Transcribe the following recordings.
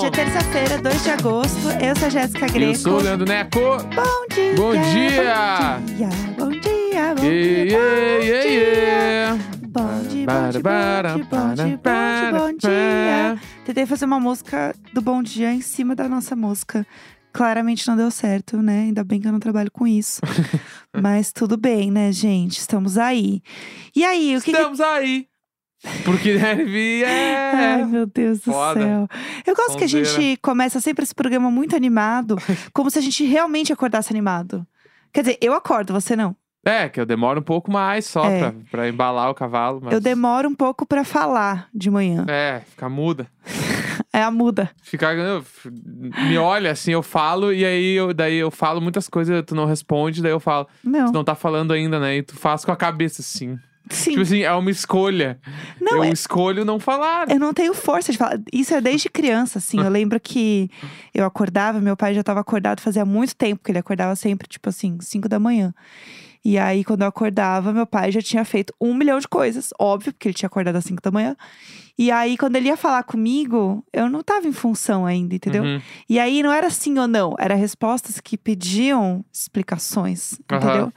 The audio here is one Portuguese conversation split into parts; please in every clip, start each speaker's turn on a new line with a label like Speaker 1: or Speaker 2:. Speaker 1: um é terça-feira, 2 de agosto. Eu sou a Jéssica Greco.
Speaker 2: Eu sou o Leandro Neco.
Speaker 1: Bom dia!
Speaker 2: Bom dia!
Speaker 1: Bom dia! Bom dia! Bom
Speaker 2: Iê,
Speaker 1: dia!
Speaker 2: iê, iê.
Speaker 1: Bom dia, bom
Speaker 2: Bara,
Speaker 1: dia,
Speaker 2: bara,
Speaker 1: bom dia, bom dia, bom dia,
Speaker 2: bara,
Speaker 1: bom dia. Tentei fazer uma música do Bom Dia em cima da nossa música. Claramente não deu certo, né? Ainda bem que eu não trabalho com isso. Mas tudo bem, né, gente? Estamos aí. E aí, o que que
Speaker 2: Estamos aí. Porque deve
Speaker 1: Ai,
Speaker 2: é.
Speaker 1: meu Deus
Speaker 2: Foda. né?
Speaker 1: do céu. Eu gosto que a
Speaker 2: Sonzeira.
Speaker 1: gente começa sempre esse programa muito animado, como se a gente realmente acordasse animado. Quer dizer, eu acordo, você não.
Speaker 2: É, que eu demoro um pouco mais só
Speaker 1: É.
Speaker 2: pra, pra embalar o cavalo. Mas...
Speaker 1: Eu demoro um pouco pra falar de manhã.
Speaker 2: É, fica muda.
Speaker 1: É a muda.
Speaker 2: Fica. eu- Me olha assim, eu falo, e aí eu, daí eu falo muitas coisas, tu não responde, daí eu falo.
Speaker 1: Não.
Speaker 2: Tu não tá falando ainda, né? E tu faz com a cabeça, sim.
Speaker 1: Sim.
Speaker 2: Tipo assim, é uma escolha.
Speaker 1: não,
Speaker 2: eu
Speaker 1: é-
Speaker 2: escolho não falar.
Speaker 1: Eu não tenho força de falar. Isso é desde criança, assim. Eu lembro que eu acordava, meu pai já estava acordado fazia muito tempo, porque ele acordava sempre, tipo assim, 5 da manhã. E aí, quando eu acordava, meu pai já tinha feito um milhão de coisas, óbvio, porque ele tinha acordado às 5 da manhã. E aí, quando ele ia falar comigo, eu não tava em função ainda, entendeu?
Speaker 2: Uhum.
Speaker 1: E aí não era sim ou não, era respostas que pediam explicações,
Speaker 2: Aham.
Speaker 1: entendeu?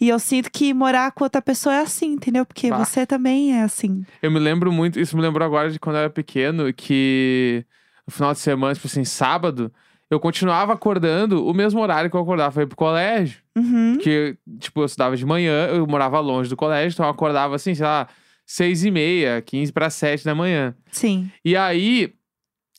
Speaker 1: E eu sinto que morar com outra pessoa é assim, entendeu? Porque
Speaker 2: Bah.
Speaker 1: você também é assim.
Speaker 2: Eu me lembro muito, isso me lembrou agora de quando eu era pequeno, que no final de semana, tipo assim, sábado, eu continuava acordando o mesmo horário que eu acordava pra ir pro colégio.
Speaker 1: Uhum.
Speaker 2: Porque, tipo, eu estudava de manhã, eu morava longe do colégio, então eu acordava assim, sei lá, seis e meia, quinze para sete da manhã.
Speaker 1: Sim.
Speaker 2: E aí,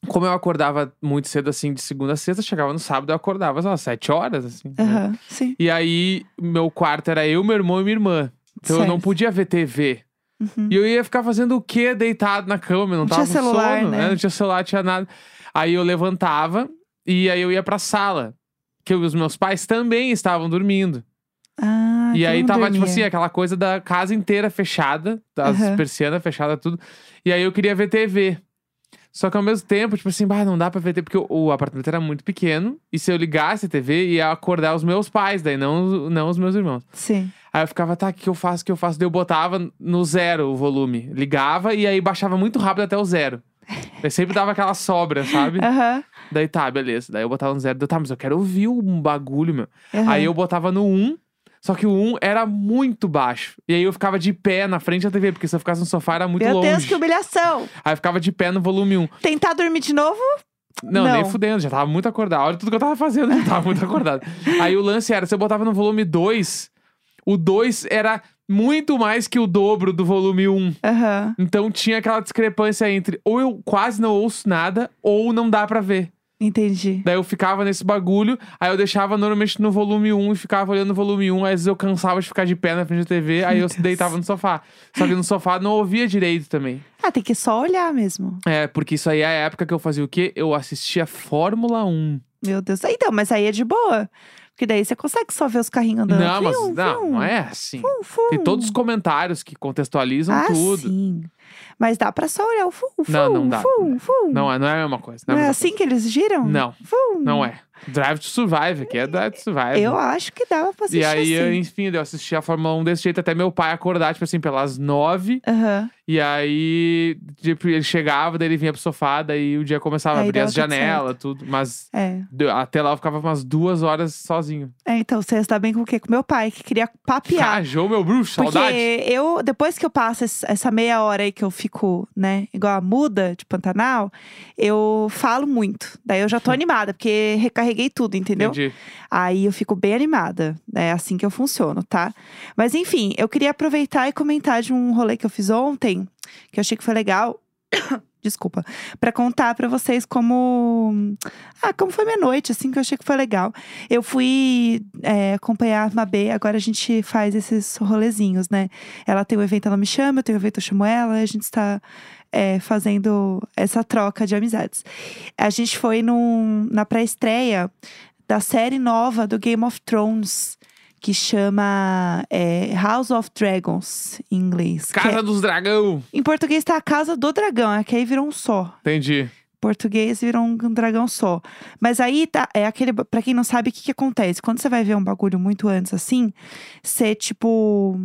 Speaker 2: como eu acordava muito cedo, assim, de segunda a sexta, chegava no sábado, eu acordava, sei lá, sete horas, assim. né?
Speaker 1: Aham, sim.
Speaker 2: E aí, meu quarto era eu, meu irmão e minha irmã. Então eu não
Speaker 1: Certo.
Speaker 2: podia ver TV.
Speaker 1: Uhum.
Speaker 2: E eu ia ficar fazendo o quê deitado na cama? Eu Não,
Speaker 1: Não
Speaker 2: tava
Speaker 1: tinha
Speaker 2: com
Speaker 1: celular,
Speaker 2: sono,
Speaker 1: né?
Speaker 2: Não tinha celular, tinha nada. Aí eu levantava e aí eu ia pra sala. Que os meus pais também estavam dormindo.
Speaker 1: Ah,
Speaker 2: e
Speaker 1: todo
Speaker 2: aí
Speaker 1: mundo
Speaker 2: tava, tipo
Speaker 1: dormia.
Speaker 2: assim, aquela coisa da casa inteira fechada, as
Speaker 1: Aham.
Speaker 2: persianas fechadas, tudo. E aí eu queria ver TV. Só que ao mesmo tempo, tipo assim, bah, não dá pra ver TV, porque o, o apartamento era muito pequeno. E se eu ligasse a TV, ia acordar os meus pais, daí não, não os meus irmãos.
Speaker 1: Sim.
Speaker 2: Aí eu ficava, tá, o que eu faço, o que eu faço? Daí eu botava no zero o volume. Ligava e aí baixava muito rápido até o zero. Daí sempre dava aquela sobra, sabe?
Speaker 1: Aham.
Speaker 2: Daí tá, beleza. Daí eu botava no zero. Daí eu, tá, mas eu quero ouvir um bagulho, meu.
Speaker 1: aham.
Speaker 2: Aí eu botava no um, só que o um era muito baixo. E aí eu ficava de pé na frente da TV, porque se eu ficasse no sofá era muito
Speaker 1: Meu
Speaker 2: longe.
Speaker 1: Deus, que humilhação!
Speaker 2: Aí eu ficava de pé no volume um.
Speaker 1: Tentar dormir de novo?
Speaker 2: Não,
Speaker 1: Não.
Speaker 2: nem fudendo, já tava muito acordado. Olha tudo que eu tava fazendo, já tava muito acordado. Aí o lance era, se eu botava no volume 2, o 2 era muito mais que o dobro do volume 1. Um.
Speaker 1: Aham.
Speaker 2: Então tinha aquela discrepância entre ou eu quase não ouço nada, ou não dá pra ver.
Speaker 1: Entendi.
Speaker 2: Daí eu ficava nesse bagulho, aí eu deixava normalmente no volume 1 e ficava olhando no volume 1, às vezes eu cansava de ficar de pé na frente da TV, aí
Speaker 1: Meu
Speaker 2: eu
Speaker 1: Deus.
Speaker 2: deitava no sofá. Só que no sofá não ouvia direito também.
Speaker 1: Ah, tem que só olhar mesmo.
Speaker 2: É, porque isso aí é a época que eu fazia o quê? Eu assistia Fórmula 1.
Speaker 1: Meu Deus. Ah, Então, mas aí é de boa. Porque daí você consegue só ver os carrinhos andando. um,
Speaker 2: Não, mas
Speaker 1: Fum,
Speaker 2: não,
Speaker 1: fum,
Speaker 2: não é assim.
Speaker 1: fum, fum.
Speaker 2: Tem todos os comentários que contextualizam
Speaker 1: um, ah,
Speaker 2: tudo.
Speaker 1: sim. Mas dá pra só olhar o fum, fum,
Speaker 2: Não, não dá.
Speaker 1: fum, fum.
Speaker 2: Não é, não é a mesma coisa.
Speaker 1: um. Não é
Speaker 2: a mesma
Speaker 1: assim que eles giram?
Speaker 2: coisa. Não,
Speaker 1: Fum.
Speaker 2: não é. Drive to Survive, aqui é Drive to Survive.
Speaker 1: Eu acho que dava pra assistir
Speaker 2: e aí, eu,
Speaker 1: assim.
Speaker 2: enfim, eu assisti a Fórmula 1 desse jeito até meu pai acordar, tipo assim, pelas nove.
Speaker 1: Aham.
Speaker 2: E aí, tipo, ele chegava, daí ele vinha pro sofá, daí o dia começava a
Speaker 1: Aí
Speaker 2: abrir
Speaker 1: dava
Speaker 2: as
Speaker 1: tudo
Speaker 2: janelas, tudo. Mas
Speaker 1: É.
Speaker 2: deu- até lá eu ficava umas duas horas sozinho.
Speaker 1: é. Então, você está bem com o quê? Com meu pai, que queria papear.
Speaker 2: Cajou, meu bruxo,
Speaker 1: Porque
Speaker 2: saudade.
Speaker 1: eu, depois que eu passo esse- essa meia hora aí que eu fico, né, igual a muda de Pantanal, eu falo muito. Daí eu já tô animada, porque recarreguei tudo, entendeu?
Speaker 2: Entendi.
Speaker 1: Aí eu fico bem animada. É assim que eu funciono, tá? Mas enfim, eu queria aproveitar e comentar de um rolê que eu fiz ontem, que eu achei que foi legal. Desculpa. Pra contar pra vocês como. Ah, como foi minha noite, assim, que eu achei que foi legal. Eu fui é, acompanhar a Mabê, agora a gente faz esses rolezinhos, né? Ela tem um evento, ela me chama, eu tenho um evento, eu chamo ela, e a gente está é, fazendo essa troca de amizades. A gente foi num, na pré-estreia da série nova do Game of Thrones, que chama é, House of Dragons, em inglês. que
Speaker 2: Casa
Speaker 1: é-
Speaker 2: dos Dragão.
Speaker 1: em português tá a Casa do Dragão, é que aí virou um só
Speaker 2: Entendi.
Speaker 1: português virou um dragão só. Mas aí tá, é aquele, Pra quem não sabe o que que acontece, quando você vai ver um bagulho muito antes assim, você tipo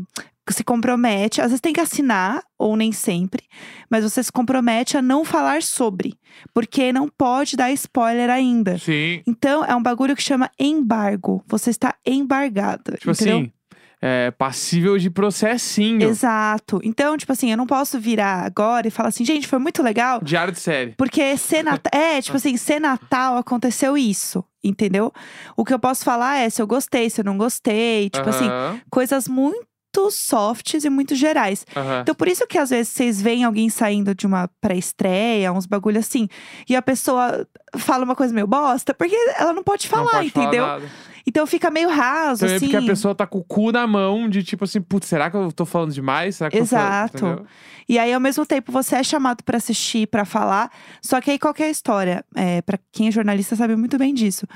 Speaker 1: se compromete, às vezes tem que assinar, ou nem sempre, mas você se compromete a não falar sobre, porque não pode dar spoiler ainda.
Speaker 2: Sim.
Speaker 1: Então, é um bagulho que chama embargo. Você está embargado.
Speaker 2: Tipo
Speaker 1: entendeu?
Speaker 2: assim, é passível de processinho.
Speaker 1: Exato. Então, tipo assim, eu não posso virar agora e falar assim, gente, foi muito legal.
Speaker 2: Diário de série.
Speaker 1: Porque ser Natal. É, tipo assim, ser Natal aconteceu isso, entendeu? O que eu posso falar é se eu gostei, se eu não gostei. Tipo assim,
Speaker 2: Aham,
Speaker 1: coisas muito softs e muito gerais.
Speaker 2: aham.
Speaker 1: Então, por isso que às vezes vocês veem alguém saindo de uma pré-estreia, uns bagulho assim, e a pessoa fala uma coisa meio bosta, porque ela não pode falar,
Speaker 2: Não pode falar
Speaker 1: entendeu?
Speaker 2: nada.
Speaker 1: Então fica meio raso,
Speaker 2: Também
Speaker 1: assim.
Speaker 2: porque a pessoa tá com o cu na mão de tipo assim, putz, será que eu tô falando demais? Será que eu tô falando-
Speaker 1: Exato.
Speaker 2: entendeu?
Speaker 1: E aí, ao mesmo tempo, você é chamado pra assistir, pra falar. Só que aí, qual que é a história? É, para quem é jornalista sabe muito bem disso.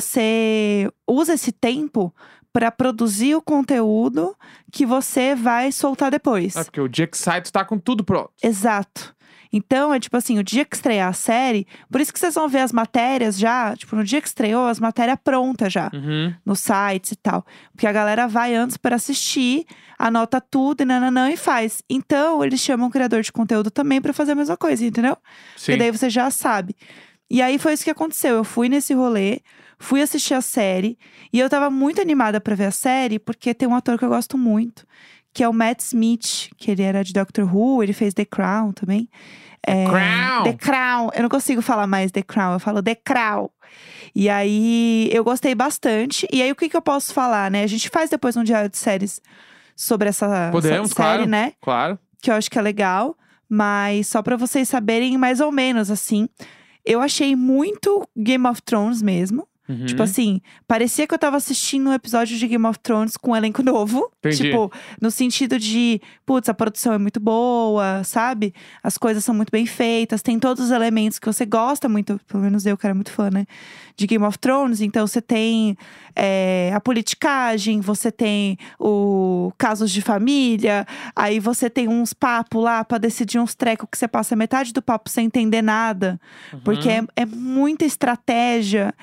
Speaker 1: Você usa esse tempo pra produzir o conteúdo que você vai soltar depois.
Speaker 2: É porque o dia que sai, tu tá com tudo pronto.
Speaker 1: Exato. Então, é tipo assim, o dia que estrear a série, por isso que vocês vão ver as matérias já, tipo, no dia que estreou, as matérias prontas já,
Speaker 2: Uhum.
Speaker 1: nos sites e tal. Porque a galera vai antes para assistir, anota tudo e nananã e faz. Então, eles chamam o criador de conteúdo também para fazer a mesma coisa, entendeu?
Speaker 2: Sim.
Speaker 1: E daí você já sabe. E aí foi isso que aconteceu. Eu fui nesse rolê, fui assistir a série. E eu tava muito animada pra ver a série, porque tem um ator que eu gosto muito, que é o Matt Smith, que ele era de Doctor Who, ele fez The Crown também. É,
Speaker 2: Crown.
Speaker 1: The Crown. Eu não consigo falar mais The Crown, eu falo The Crown. E aí eu gostei bastante. E aí o que, que eu posso falar, né? A gente faz depois um diário de séries sobre essa, essa
Speaker 2: Podemos,
Speaker 1: série,
Speaker 2: claro.
Speaker 1: né?
Speaker 2: Claro.
Speaker 1: que eu acho que é legal, mas só pra vocês saberem mais ou menos assim. Eu achei muito Game of Thrones mesmo.
Speaker 2: Uhum.
Speaker 1: Tipo assim, parecia que eu tava assistindo um episódio de Game of Thrones com um elenco novo.
Speaker 2: Entendi.
Speaker 1: Tipo, no sentido de, putz, a produção é muito boa, sabe? As coisas são muito bem feitas, tem todos os elementos que você gosta muito, pelo menos eu, que era muito fã, né? De Game of Thrones. Então você tem é, a politicagem, você tem o casos de família, aí você tem uns papos lá pra decidir uns trecos que você passa metade do papo sem entender nada.
Speaker 2: Uhum.
Speaker 1: Porque é, é muita estratégia,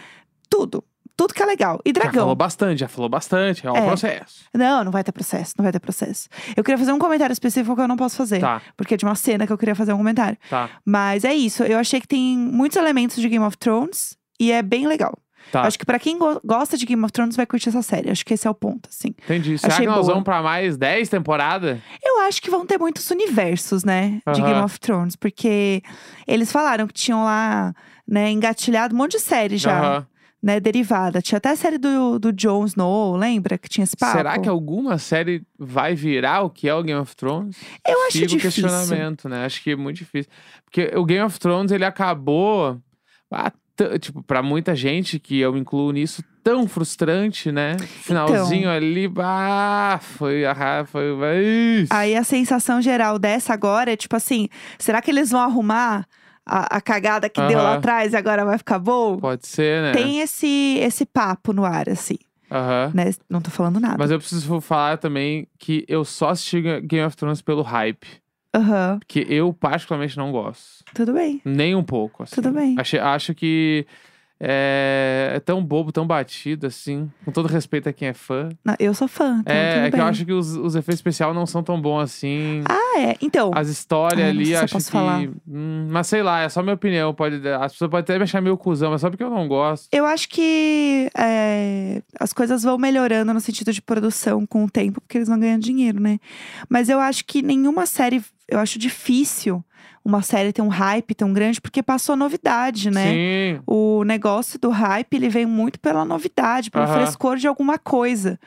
Speaker 1: tudo. Tudo que é legal. E
Speaker 2: Já falou
Speaker 1: dragão.
Speaker 2: bastante, já falou bastante. É um
Speaker 1: É.
Speaker 2: processo.
Speaker 1: Não, não vai ter processo, não vai ter processo. Eu queria fazer um comentário específico que eu não posso fazer.
Speaker 2: Tá,
Speaker 1: Porque é de uma cena que eu queria fazer um comentário.
Speaker 2: tá,
Speaker 1: Mas é isso, eu achei que tem muitos elementos de Game of Thrones e é bem legal.
Speaker 2: tá.
Speaker 1: Acho que pra quem go- gosta de Game of Thrones vai curtir essa série. Acho que esse é o ponto, assim.
Speaker 2: Entendi. Será
Speaker 1: achei
Speaker 2: que nós
Speaker 1: boa.
Speaker 2: vamos pra mais 10 temporadas?
Speaker 1: Eu acho que vão ter muitos universos, né? De
Speaker 2: Aham.
Speaker 1: Game of Thrones. Porque eles falaram que tinham lá, né, engatilhado um monte de série já.
Speaker 2: Aham.
Speaker 1: né, derivada. Tinha até a série do, do Jon Snow, lembra? Que tinha esse papo.
Speaker 2: Será que é alguma série vai virar o que é o Game of Thrones?
Speaker 1: Eu acho
Speaker 2: Fica o
Speaker 1: difícil.
Speaker 2: questionamento, né? Acho que é muito difícil. Porque o Game of Thrones, ele acabou... ah, t- Tipo, pra muita gente, que eu me incluo nisso, tão frustrante, né? Finalzinho
Speaker 1: Então.
Speaker 2: ali, bah, foi... Ah, foi vai- Ih,
Speaker 1: Aí a sensação geral dessa agora é tipo assim, será que eles vão arrumar a, a cagada que deu lá
Speaker 2: Aham.
Speaker 1: atrás e agora vai ficar bom?
Speaker 2: Pode ser, né?
Speaker 1: Tem esse, esse papo no ar, assim,
Speaker 2: Aham.
Speaker 1: né? Não tô falando nada.
Speaker 2: Mas eu preciso falar também que eu só assisti Ga- Game of Thrones pelo hype.
Speaker 1: Aham,
Speaker 2: Que eu particularmente não gosto.
Speaker 1: tudo bem.
Speaker 2: Nem um pouco, assim.
Speaker 1: Tudo bem.
Speaker 2: Acho, acho que é, é tão bobo, tão batido, assim. Com todo respeito a quem é fã.
Speaker 1: Não, eu sou fã, então
Speaker 2: é,
Speaker 1: tudo
Speaker 2: é que
Speaker 1: bem.
Speaker 2: eu acho que os, os efeitos especiais não são tão bons assim.
Speaker 1: Ah, é. Então,
Speaker 2: As histórias
Speaker 1: Ai, não sei
Speaker 2: ali,
Speaker 1: se eu
Speaker 2: acho
Speaker 1: posso
Speaker 2: que.
Speaker 1: falar.
Speaker 2: Hum, mas sei lá, é só minha opinião. Pode, as pessoas podem até me achar meio cuzão, mas só porque eu não gosto.
Speaker 1: eu acho que é, as coisas vão melhorando no sentido de produção com o tempo, porque eles vão ganhando dinheiro, né? Mas eu acho que nenhuma série. Eu acho difícil uma série ter um hype tão grande, porque passou novidade, né?
Speaker 2: Sim.
Speaker 1: O negócio do hype, ele vem muito pela novidade, pelo
Speaker 2: Aham.
Speaker 1: frescor de alguma coisa.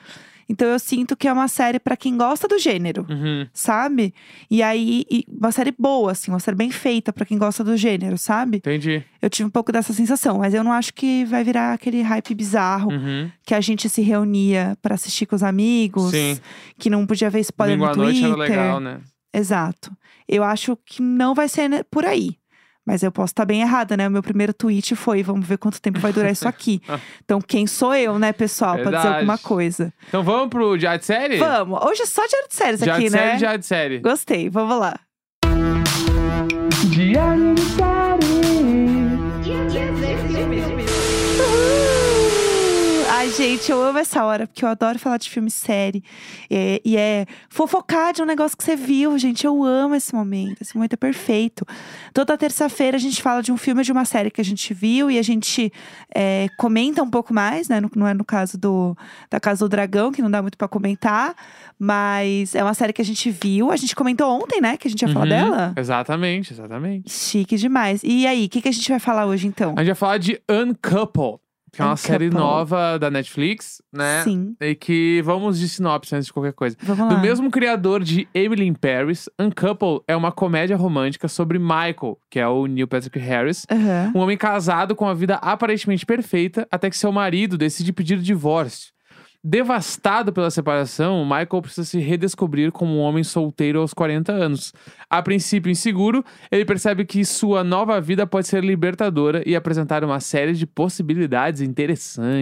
Speaker 1: Então eu sinto que é uma série pra quem gosta do gênero,
Speaker 2: Uhum.
Speaker 1: sabe? E aí, e uma série boa, assim, uma série bem feita pra quem gosta do gênero, sabe?
Speaker 2: Entendi.
Speaker 1: Eu tive um pouco dessa sensação, mas eu não acho que vai virar aquele hype bizarro
Speaker 2: Uhum.
Speaker 1: que a gente se reunia pra assistir com os amigos,
Speaker 2: Sim.
Speaker 1: que não podia ver spoiler
Speaker 2: Domingo
Speaker 1: no
Speaker 2: à noite
Speaker 1: Twitter.
Speaker 2: era legal, né?
Speaker 1: Exato. Eu acho que não vai ser né, por aí. Mas eu posso estar bem errada, né? O meu primeiro tweet foi: vamos ver quanto tempo vai durar isso aqui. Então, quem sou eu, né, pessoal, pra dizer
Speaker 2: Verdade.
Speaker 1: alguma coisa?
Speaker 2: Então vamos pro Diário de Série?
Speaker 1: Vamos! Hoje é só diário de séries
Speaker 2: Diário
Speaker 1: aqui,
Speaker 2: de Série,
Speaker 1: né?
Speaker 2: Diário de Série.
Speaker 1: Gostei, vamos lá.
Speaker 2: Diário de Série.
Speaker 1: Ah, Ai, gente, eu amo essa hora, porque eu adoro falar de filme e série. É, e é fofocar de um negócio que você viu, gente. Eu amo esse momento. Esse momento é perfeito. Toda terça-feira a gente fala de um filme ou de uma série que a gente viu e a gente é, comenta um pouco mais, né? No- Não é no caso do, da Casa do Dragão, que não dá muito pra comentar. Mas é uma série que a gente viu. A gente comentou ontem, né? Que a gente ia falar
Speaker 2: Uhum,
Speaker 1: dela.
Speaker 2: Exatamente, exatamente.
Speaker 1: Chique demais. E aí, o que, que a gente vai falar hoje, então?
Speaker 2: A gente vai falar de Uncouple, que é uma série
Speaker 1: Uncouple.
Speaker 2: nova da Netflix, né?
Speaker 1: Sim.
Speaker 2: E que vamos de sinopse antes de qualquer coisa.
Speaker 1: Vamos lá.
Speaker 2: Do mesmo criador de Emily in Paris, Uncouple é uma comédia romântica sobre Michael, que é o Neil Patrick Harris,
Speaker 1: Aham.
Speaker 2: um homem casado com uma vida aparentemente perfeita, até que seu marido decide pedir divórcio. Devastado pela separação, Michael precisa se redescobrir como um homem solteiro aos 40 anos. A princípio inseguro, ele percebe que sua nova vida pode ser libertadora e apresentar uma série de possibilidades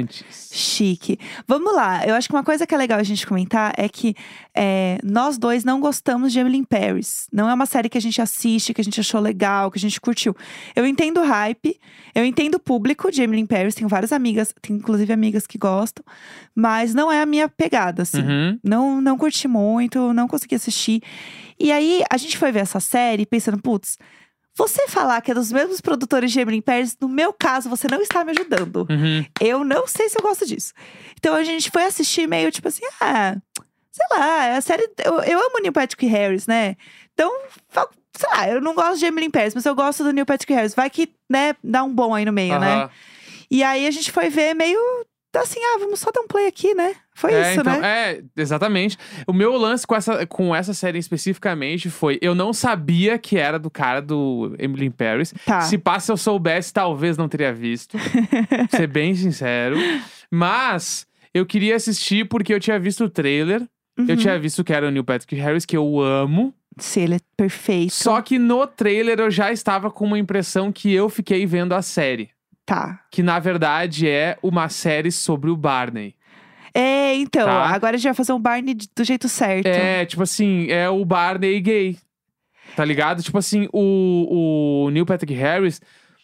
Speaker 2: interessantes.
Speaker 1: Chique. Vamos lá. Eu acho que uma coisa que é legal a gente comentar é que é, nós dois não gostamos de Emily in Paris. Não é uma série que a gente assiste, que a gente achou legal, que a gente curtiu. Eu entendo o hype, eu entendo o público de Emily in Paris. Tenho várias amigas, tenho inclusive amigas que gostam, mas não é a minha pegada, assim.
Speaker 2: Uhum.
Speaker 1: Não, não curti muito, não consegui assistir. E aí, a gente foi ver essa série pensando, putz, você falar que é dos mesmos produtores de Emily in Paris, no meu caso, você não está me ajudando.
Speaker 2: Uhum.
Speaker 1: Eu não sei se eu gosto disso. Então a gente foi assistir meio tipo assim, ah, sei lá, a série. Eu, eu amo o Neil Patrick Harris, né? Então, fa- sei lá, eu não gosto de Emily in Paris, mas eu gosto do Neil Patrick Harris. Vai que, né, dá um bom aí no meio, né?
Speaker 2: Aham.
Speaker 1: E aí a gente foi ver meio assim, ah, vamos só dar um play aqui, né? Foi
Speaker 2: é,
Speaker 1: isso,
Speaker 2: então,
Speaker 1: né?
Speaker 2: É, exatamente. O meu lance com essa, com essa série especificamente foi: eu não sabia que era do cara do Emily in Paris.
Speaker 1: Tá.
Speaker 2: é, Se passa eu soubesse, talvez não teria visto. pra ser bem sincero. Mas eu queria assistir porque eu tinha visto o trailer. Eu
Speaker 1: Uhum.
Speaker 2: tinha visto que era o Neil Patrick Harris, que eu amo.
Speaker 1: Sim, ele é perfeito.
Speaker 2: Só que no trailer eu já estava com uma impressão que eu fiquei vendo a série.
Speaker 1: Tá.
Speaker 2: Que na verdade é uma série sobre o Barney.
Speaker 1: É, então,
Speaker 2: Tá.
Speaker 1: agora a gente vai fazer um Barney de- do jeito certo.
Speaker 2: É, tipo assim, é o Barney gay. Tá ligado? Tipo assim, o, o Neil Patrick Harris,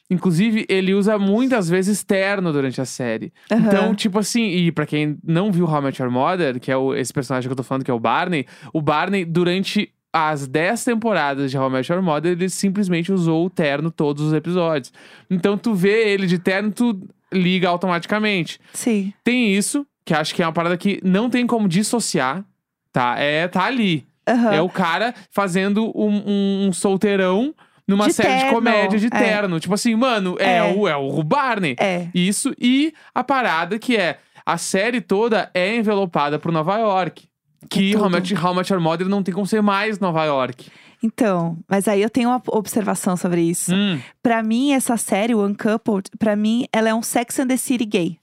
Speaker 2: inclusive, ele usa muitas vezes terno durante a série.
Speaker 1: Aham.
Speaker 2: Então, tipo assim, e pra quem não viu How I Met Your Mother, que é o- esse personagem que eu tô falando, que é o Barney, o Barney, durante as 10 temporadas de How I Met Your Mother, ele simplesmente usou o terno todos os episódios. Então, tu vê ele de terno, tu liga automaticamente.
Speaker 1: Sim.
Speaker 2: Tem isso, que acho que é uma parada que não tem como dissociar, tá? É, tá ali.
Speaker 1: Aham.
Speaker 2: É o cara fazendo um, um- um solteirão numa
Speaker 1: De
Speaker 2: série de
Speaker 1: terno,
Speaker 2: comédia de
Speaker 1: é.
Speaker 2: terno. Tipo assim, mano, é,
Speaker 1: É.
Speaker 2: o, é o Barney.
Speaker 1: é.
Speaker 2: Isso e a parada que é a série toda é envelopada por Nova York. Que
Speaker 1: É tudo.
Speaker 2: How Much, How Much Your Mother não tem como ser mais Nova York.
Speaker 1: Então, mas aí eu tenho uma observação sobre isso.
Speaker 2: Hum,
Speaker 1: Pra mim, essa série, o Uncoupled, pra mim, ela é um Sex and the City gay.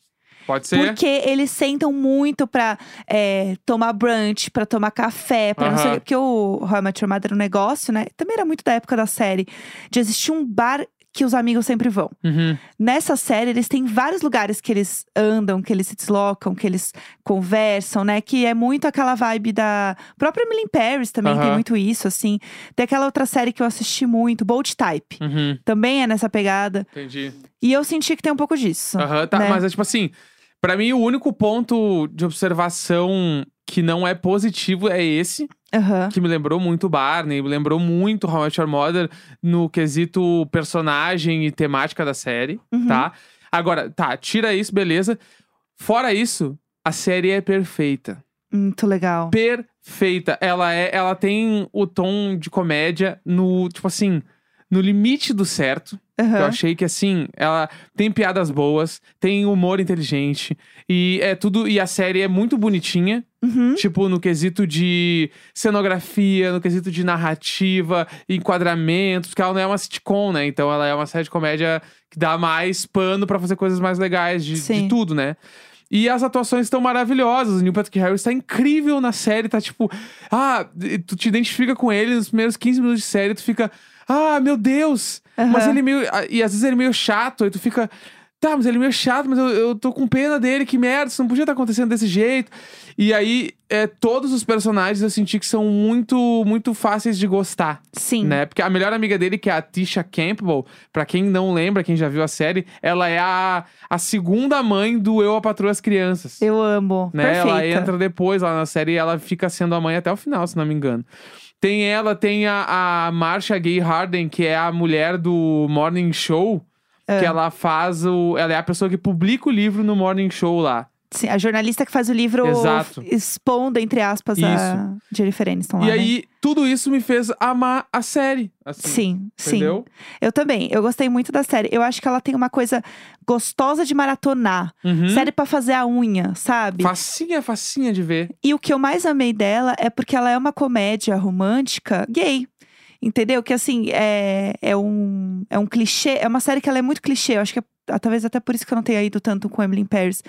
Speaker 2: pode ser?
Speaker 1: Porque eles sentam muito pra é, tomar brunch, pra tomar café, pra não sei o quê.
Speaker 2: Aham.
Speaker 1: Porque o How I Met Your Mother era um negócio, né? Também era muito da época da série, de existir um bar que os amigos sempre vão.
Speaker 2: Uhum,
Speaker 1: Nessa série, eles têm vários lugares que eles andam, que eles se deslocam, que eles conversam, né? Que é muito aquela vibe da própria Emily in Paris também tem
Speaker 2: Aham.
Speaker 1: muito isso, assim. Tem aquela outra série que eu assisti muito, Bold Type.
Speaker 2: uhum,
Speaker 1: Também é nessa pegada.
Speaker 2: entendi.
Speaker 1: E eu senti que tem um pouco disso.
Speaker 2: Aham, tá,
Speaker 1: né?
Speaker 2: mas é tipo assim, pra mim o único ponto de observação que não é positivo é esse,
Speaker 1: Aham.
Speaker 2: que me lembrou muito Barney, me lembrou muito How I Met Your Mother no quesito personagem e temática da série,
Speaker 1: Uhum.
Speaker 2: tá? Agora, tá, tira isso, beleza. Fora isso, a série é perfeita.
Speaker 1: Muito legal.
Speaker 2: Perfeita. Ela é, ela tem o tom de comédia no, tipo assim, no limite do certo. Eu
Speaker 1: Aham.
Speaker 2: achei que assim, ela tem piadas boas, tem humor inteligente e é tudo e a série é muito bonitinha,
Speaker 1: Uhum.
Speaker 2: tipo no quesito de cenografia, no quesito de narrativa, enquadramentos, porque ela não é uma sitcom, né? Então ela é uma série de comédia que dá mais pano pra fazer coisas mais legais de, de
Speaker 1: Sim.
Speaker 2: tudo, né? E as atuações estão maravilhosas. O Neil Patrick Harris tá incrível na série, tá tipo, ah, tu te identifica com ele nos primeiros 15 minutos de série, tu fica, ah, meu Deus, mas
Speaker 1: Aham.
Speaker 2: ele meio. a- E às vezes ele é meio chato, aí tu fica. Tá, mas ele é meio chato, mas eu, eu tô com pena dele, que merda, isso não podia estar acontecendo desse jeito. E aí, é, todos os personagens eu senti que são muito, muito fáceis de gostar,
Speaker 1: Sim.
Speaker 2: né? Porque a melhor amiga dele, que é a Tisha Campbell, pra quem não lembra, quem já viu a série, ela é a, a segunda mãe do Eu, a Patroa as Crianças.
Speaker 1: Eu amo.
Speaker 2: Né?
Speaker 1: Perfeita.
Speaker 2: Ela entra depois lá na série e ela fica sendo a mãe até o final, se não me engano. Tem ela, tem a, a Marsha Gay Harden, que é a mulher do Morning Show.
Speaker 1: É.
Speaker 2: Que ela faz o. Ela é a pessoa que publica o livro no Morning Show lá.
Speaker 1: Sim, a jornalista que faz o livro
Speaker 2: Exato.
Speaker 1: expondo, entre aspas, a Jennifer Aniston lá,
Speaker 2: e
Speaker 1: né?
Speaker 2: aí, tudo isso me fez amar a série. assim,
Speaker 1: Sim, sim.
Speaker 2: Entendeu?
Speaker 1: Eu também. Eu gostei muito da série. Eu acho que ela tem uma coisa gostosa de maratonar.
Speaker 2: Uhum.
Speaker 1: Série pra fazer a unha, sabe?
Speaker 2: Facinha, facinha de ver.
Speaker 1: E o que eu mais amei dela é porque ela é uma comédia romântica gay. Entendeu? Que assim, é, é, um, é um clichê. É uma série que ela é muito clichê. Eu acho que é- ah, talvez até por isso que eu não tenha ido tanto com Emily in Paris.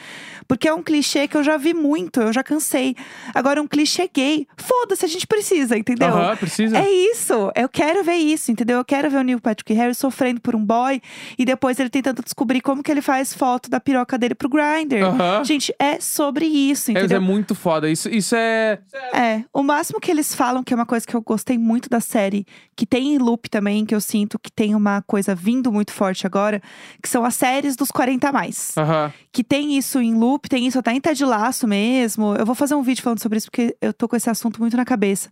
Speaker 1: Porque é um clichê que eu já vi muito, eu já cansei. Agora, um clichê gay. Foda-se, a gente precisa, entendeu?
Speaker 2: Aham, precisa.
Speaker 1: É isso, eu quero ver isso, entendeu? Eu quero ver o Neil Patrick Harris sofrendo por um boy e depois ele tentando descobrir como que ele faz foto da piroca dele pro Grindr.
Speaker 2: Aham.
Speaker 1: Gente, é sobre isso,
Speaker 2: É, mas é
Speaker 1: entendeu?
Speaker 2: muito foda. Isso, isso é.
Speaker 1: É, o máximo que eles falam, que é uma coisa que eu gostei muito da série, que tem em loop também, que eu sinto que tem uma coisa vindo muito forte agora, que são as séries dos 40 a mais.
Speaker 2: Aham.
Speaker 1: Que tem isso em loop, tem isso até em Ted Laço mesmo. Eu vou fazer um vídeo falando sobre isso, porque eu tô com esse assunto muito na cabeça.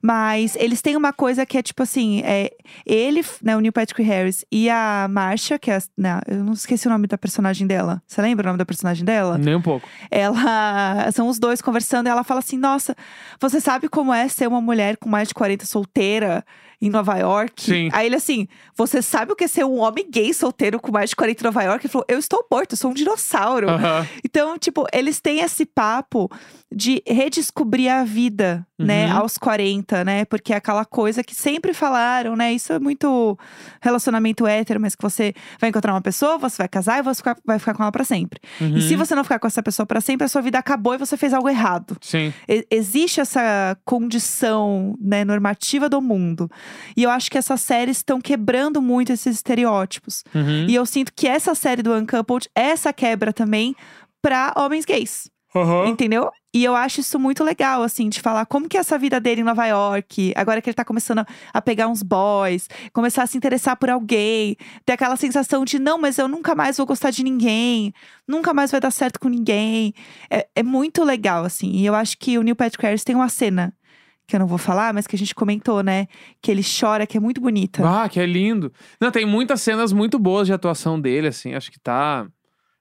Speaker 1: Mas eles têm uma coisa que é tipo assim: é, ele, né, o Neil Patrick Harris e a Marsha, que é. a- não, eu não esqueci o nome da personagem dela. Você lembra o nome da personagem dela?
Speaker 2: Nem um pouco.
Speaker 1: Ela. São os dois conversando e ela fala assim: Nossa, você sabe como é ser uma mulher com mais de 40 solteira em Nova York?
Speaker 2: Sim.
Speaker 1: Aí ele assim: Você sabe o que é ser um homem gay solteiro com mais de 40 em Nova York? Ele falou: Eu estou morto, eu sou um dinossauro.
Speaker 2: Aham.
Speaker 1: Então, tipo, eles têm esse papo de redescobrir a vida, né,
Speaker 2: Uhum.
Speaker 1: aos 40, né? Porque é aquela coisa que sempre falaram, né? Isso é muito relacionamento hétero, mas que você vai encontrar uma pessoa, você vai casar e você ficar- vai ficar com ela pra sempre.
Speaker 2: Uhum.
Speaker 1: E se você não ficar com essa pessoa pra sempre, a sua vida acabou e você fez algo errado.
Speaker 2: Sim.
Speaker 1: E- existe essa condição né, normativa do mundo. E eu acho que essas séries estão quebrando muito esses estereótipos.
Speaker 2: Uhum.
Speaker 1: E eu sinto que essa série do Uncoupled é essa quebra também pra homens gays.
Speaker 2: Aham.
Speaker 1: Entendeu? E eu acho isso muito legal, assim, de falar como que é essa vida dele em Nova York, agora que ele tá começando a- a pegar uns boys, começar a se interessar por alguém, ter aquela sensação de não, mas eu nunca mais vou gostar de ninguém, nunca mais vai dar certo com ninguém. É, é muito legal, assim. E eu acho que o Neil Patrick Harris tem uma cena, que eu não vou falar, mas que a gente comentou, né? Que ele chora, que é muito bonita.
Speaker 2: Ah, que é lindo. Não, tem muitas cenas muito boas de atuação dele, assim. Acho que tá.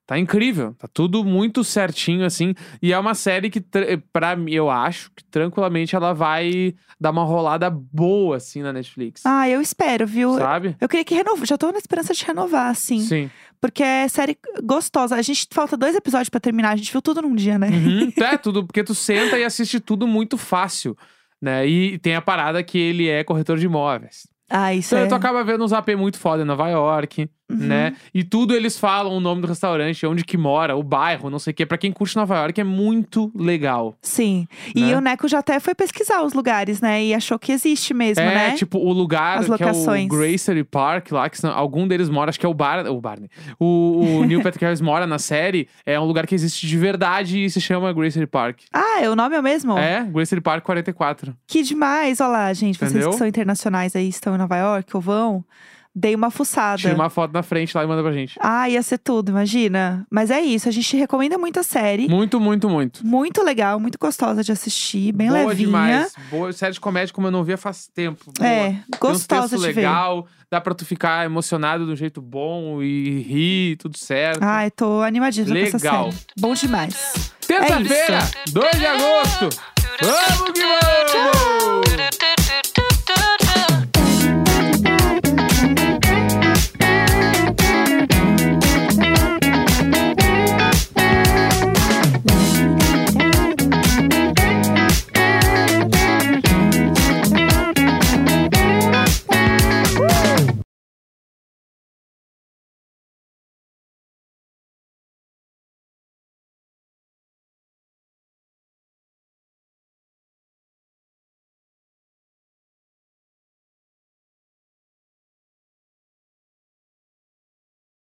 Speaker 2: Tá incrível. Tá tudo muito certinho, assim. E é uma série que, tra- pra mim, eu acho que tranquilamente ela vai dar uma rolada boa, assim, na Netflix.
Speaker 1: Ah, eu espero, viu?
Speaker 2: Sabe?
Speaker 1: Eu queria que renova. Já tô na esperança de renovar, assim.
Speaker 2: Sim.
Speaker 1: Porque é série gostosa. A gente falta dois episódios pra terminar, a gente viu tudo num dia, né?
Speaker 2: Uhum. é tudo, porque tu senta e assiste tudo muito fácil. Né? E tem a parada que ele é corretor de imóveis.
Speaker 1: Ah, isso
Speaker 2: Então
Speaker 1: é.
Speaker 2: tu acaba vendo uns AP muito foda em Nova York.
Speaker 1: Uhum.
Speaker 2: né? E tudo eles falam o nome do restaurante, onde que mora, o bairro, não sei o quê. Pra quem curte Nova York é muito legal.
Speaker 1: Sim. E
Speaker 2: Né?
Speaker 1: o Neco já até foi pesquisar os lugares, né? E achou que existe mesmo, né?
Speaker 2: é, tipo, o lugar
Speaker 1: As
Speaker 2: que é o
Speaker 1: locações.
Speaker 2: Gracery Park lá, que são- algum deles mora, acho que é o Bar, o Barney. O, o Neil Patrick Harris mora na série, é um lugar que existe de verdade e se chama Gracery Park.
Speaker 1: Ah, é o nome é o mesmo?
Speaker 2: É, Gracery Park 44.
Speaker 1: Que demais. Olha lá, gente. Vocês
Speaker 2: Entendeu?
Speaker 1: que são internacionais aí, estão em Nova York ou vão, dei uma fuçada.
Speaker 2: Tira uma foto na frente lá e manda pra gente.
Speaker 1: Ah, ia ser tudo, imagina. Mas é isso, a gente recomenda muito a série.
Speaker 2: Muito, muito, muito.
Speaker 1: Muito legal, muito gostosa de assistir, bem
Speaker 2: Boa
Speaker 1: levinha.
Speaker 2: demais. Boa série de comédia, como eu não via faz tempo. Boa.
Speaker 1: É,
Speaker 2: Tem
Speaker 1: gostosa
Speaker 2: uns textos
Speaker 1: de ver.
Speaker 2: legal, dá pra tu ficar emocionado de um jeito bom e rir, tudo certo.
Speaker 1: Ai, é tô animadíssima com essa
Speaker 2: Legal.
Speaker 1: série. Bom demais.
Speaker 2: Terça-feira, 2 de agosto. Vamos que vamos!